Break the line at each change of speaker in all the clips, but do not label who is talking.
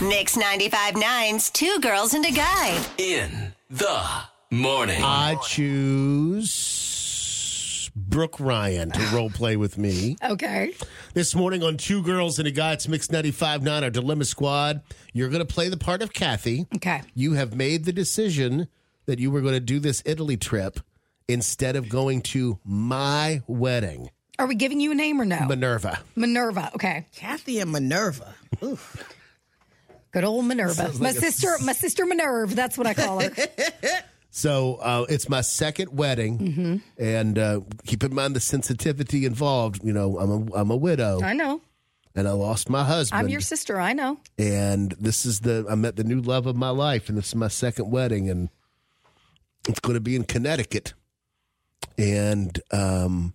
Mix 95.9's Two Girls and a Guy.
In the morning.
I choose Brooke Ryan to role play with me.
Okay.
This morning on Two Girls and a Guy, it's Mix 95.9, our Dilemma Squad. You're going to play the part of Kathy.
Okay.
You have made the decision that you were going to do this Italy trip instead of going to my wedding,
Are we giving you a name or no?
Minerva.
Minerva. Okay.
Kathy and Minerva. Ooh.
Good old Minerva.
Sounds
My
like a-
sister, my sister Minerva. That's what I call her.
So uh, it's my second wedding. And uh, keep in mind the sensitivity involved. You know, I'm a, I'm a widow
I know.
and I lost my husband.
I'm your sister. I know.
and this is the I met the new love of my life, and this is my second wedding, and it's going to be in Connecticut, and um,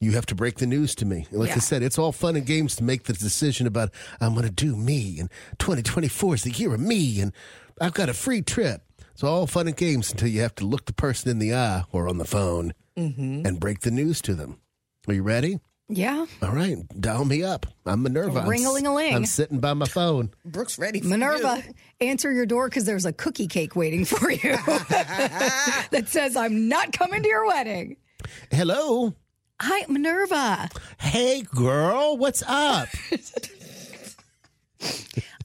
you have to break the news to me. Like I
Yeah.
said, it's all fun and games to make the decision about I'm going to do me, and 2024 is the year of me, and I've got a free trip. It's all fun and games until you have to look the person in the eye or on the phone
Mm-hmm.
and break the news to them. Are you ready?
Yeah.
All right, dial me up. I'm Minerva. I'm s-
Ring-a-ling-a-ling.
I'm sitting by my phone.
Brooke's ready. For
Minerva,
you.
answer your door because there's a cookie cake waiting for you that says, I'm not coming to your wedding.
Hello.
Hi, Minerva.
Hey, girl, what's up?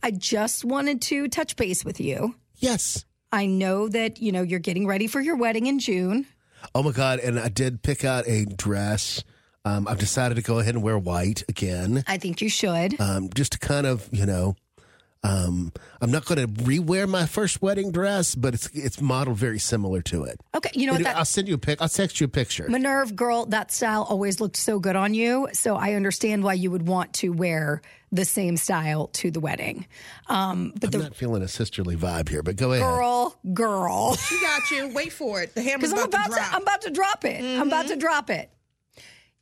I just wanted to touch base with you.
yes.
I know that, you know, you're getting ready for your wedding in June.
Oh my God. And I did pick out a dress. Um, I've decided to go ahead and wear white again,
I think you should.
um, just to kind of, you know, um, I'm not going to rewear my first wedding dress, but it's it's modeled very similar to it.
Okay. You know what? That,
I'll send you a pic. I'll text you a picture.
Minerve, girl, that style always looked so good on you. So I understand why you would want to wear the same style to the wedding. Um, but
I'm not feeling a sisterly vibe here, but go ahead.
girl, girl,
She got you. Wait for it. The hammer's
because I'm
about,
about
to
to,
drop. Mm-hmm.
I'm about to drop it. I'm about to drop it.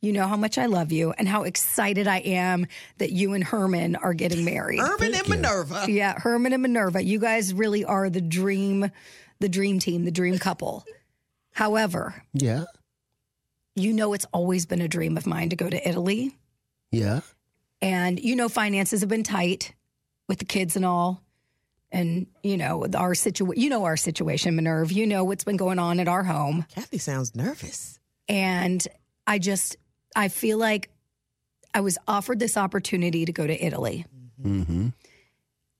You know how much I love you and how excited I am that you and Herman are getting married.
Urban and Minerva.
yeah, Herman and Minerva, you guys really are the dream, the dream team, the dream couple. However,
Yeah.
you know it's always been a dream of mine to go to Italy.
Yeah.
and you know finances have been tight with the kids and all and you know our situation you know our situation minerve you know what's been going on at our home
Kathy sounds nervous.
and i just i feel like i was offered this opportunity to go to italy
Mm-hmm.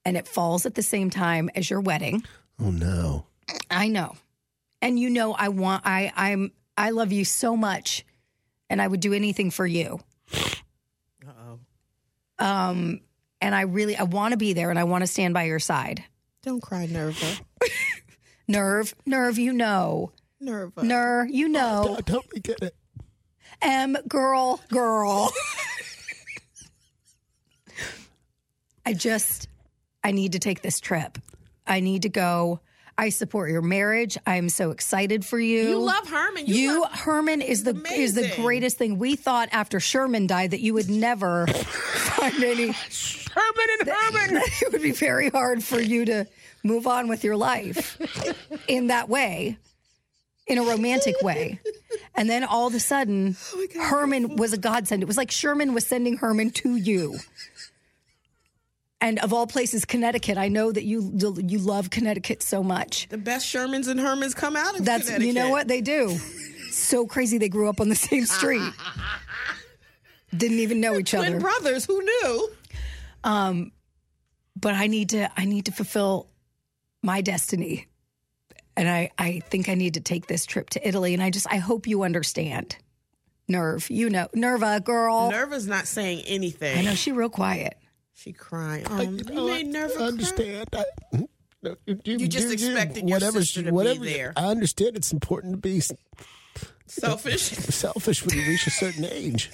and it falls at the same time as your wedding
Oh, no.
i know and you know i want i i'm i love you so much and i would do anything for you
Uh oh.
um and i really i want to be there and i want to stand by your side
Don't cry, Nerva.
Nerve, nerve, you know.
Nerva.
Ner, you know.
I totally get it.
M, girl, girl. I just, I need to take this trip. I need to go. I support your marriage. I am so excited for you.
you love Herman. You,
you,
love-
Herman is the is the
amazing.
greatest thing. We thought after Sherman died that you would never find any.
Herman and Herman.
that it would be very hard for you to move on with your life in that way, in a romantic way. And then all of a sudden, Herman was a godsend. It was like Sherman was sending Herman to you. And of all places, Connecticut. I know that you you love Connecticut so much.
The best Shermans and Hermans come out of
That's you know
Connecticut.
what they do. So crazy they grew up on the same street. Didn't even know each
Twin
other.
brothers. Who knew?
but I need to I need to fulfill my destiny. And I I think I need to take this trip to Italy and I just I hope you understand. Nerve, you know, Nerva girl.
Nerva's not saying anything.
Oh. I know she real quiet.
She crying. Oh, you made
Um, I
Nerva cry.
understand. I, no, you,
You just expected your sister to be there.
I understand it's important to be s-
Selfish.
selfish when you reach a certain age.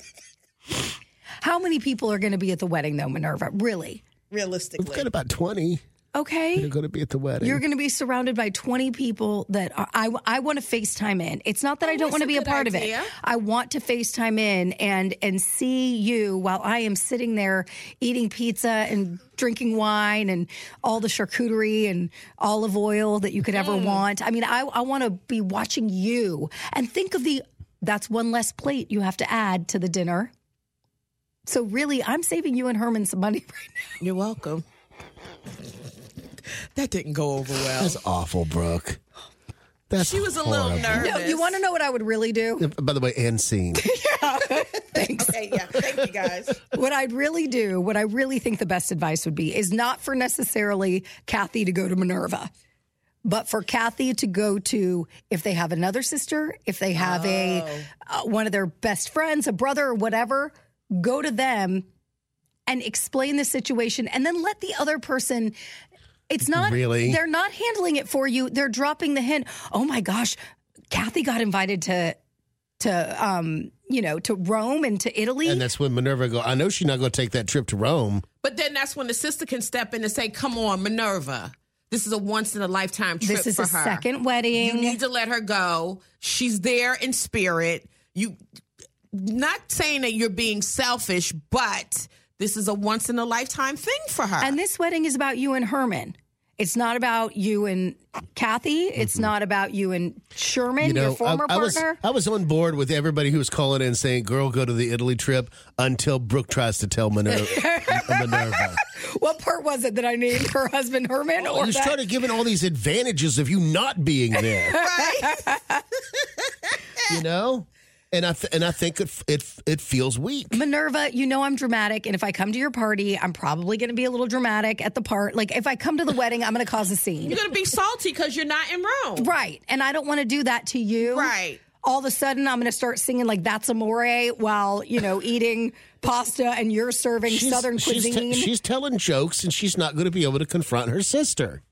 How many people are going to be at the wedding though, Minerva? Really?
We've got
Realistically.
about 20
Okay.
they are going to be at the wedding.
You're going to be surrounded by 20 people that are, I I want to FaceTime in. It's not that I don't
that's
want to be
Oh, a
a
good
part
idea.
of it. I want to FaceTime in and and see you while I am sitting there eating pizza and drinking wine and all the charcuterie and olive oil that you could
Mm.
ever want. I mean, I I want to be watching you and think of the that's one less plate you have to add to the dinner. So really, I'm saving you and Herman some money right now.
You're welcome. That didn't go over well.
That's awful, Brooke. That's
She was a little
horrible.
nervous.
No, you want to know what I would really do?
By the way, end scene.
Thanks.
Okay, yeah. Thank you guys.
what I'd really do, what I really think the best advice would be, is not for necessarily Kathy to go to Minerva, but for Kathy to go to if they have another sister, if they have a uh, one of their best friends, a brother, or whatever, go to them and explain the situation, and then let the other person. It's not
Really?
They're not handling it for you. They're dropping the hint. Oh my gosh, Kathy got invited to to um you know to Rome and to Italy.
And that's when Minerva go, I know she's not going to take that trip to Rome.
But then that's when the sister can step in and say, "Come on, Minerva, this is a once in a lifetime trip
This is
for
a
her.
second
You
wedding.
need to let her go. She's there in spirit. You, not saying that you're being selfish, but this is a once in a lifetime thing for her.
and this wedding is about you and Herman. It's not about you and Kathy. It's not about you and Sherman,
Mm-hmm. You know,
your former
I, I was
partner.
I was on board with everybody who was calling in saying, "Girl, go to the Italy trip." Until Brooke tries to tell Minerva. Minerva,
what part was it that I named her husband Herman? or
you
that-
started giving all these advantages of you not being there. you know, and I th- and I think it f- it f- it feels weak.
Minerva, you know I'm dramatic, and if I come to your party, I'm probably going to be a little dramatic at the part. Like if I come to the wedding, I'm going to cause a scene,
you're gonna be salty because you're not in Rome,
right? And I don't want to do that to you,
Right.
All of a sudden, I'm going to start singing like "That's Amore" while you know eating pasta, and you're serving Southern
she's te-
cuisine.
she's telling jokes, and she's not going to be able to confront her sister.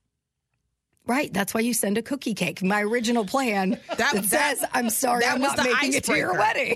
Right. That's why you send a cookie cake. My original plan that,
That- that-
says, I'm sorry,
that
I'm
was
not
the
making it to your
icebreaker.
wedding.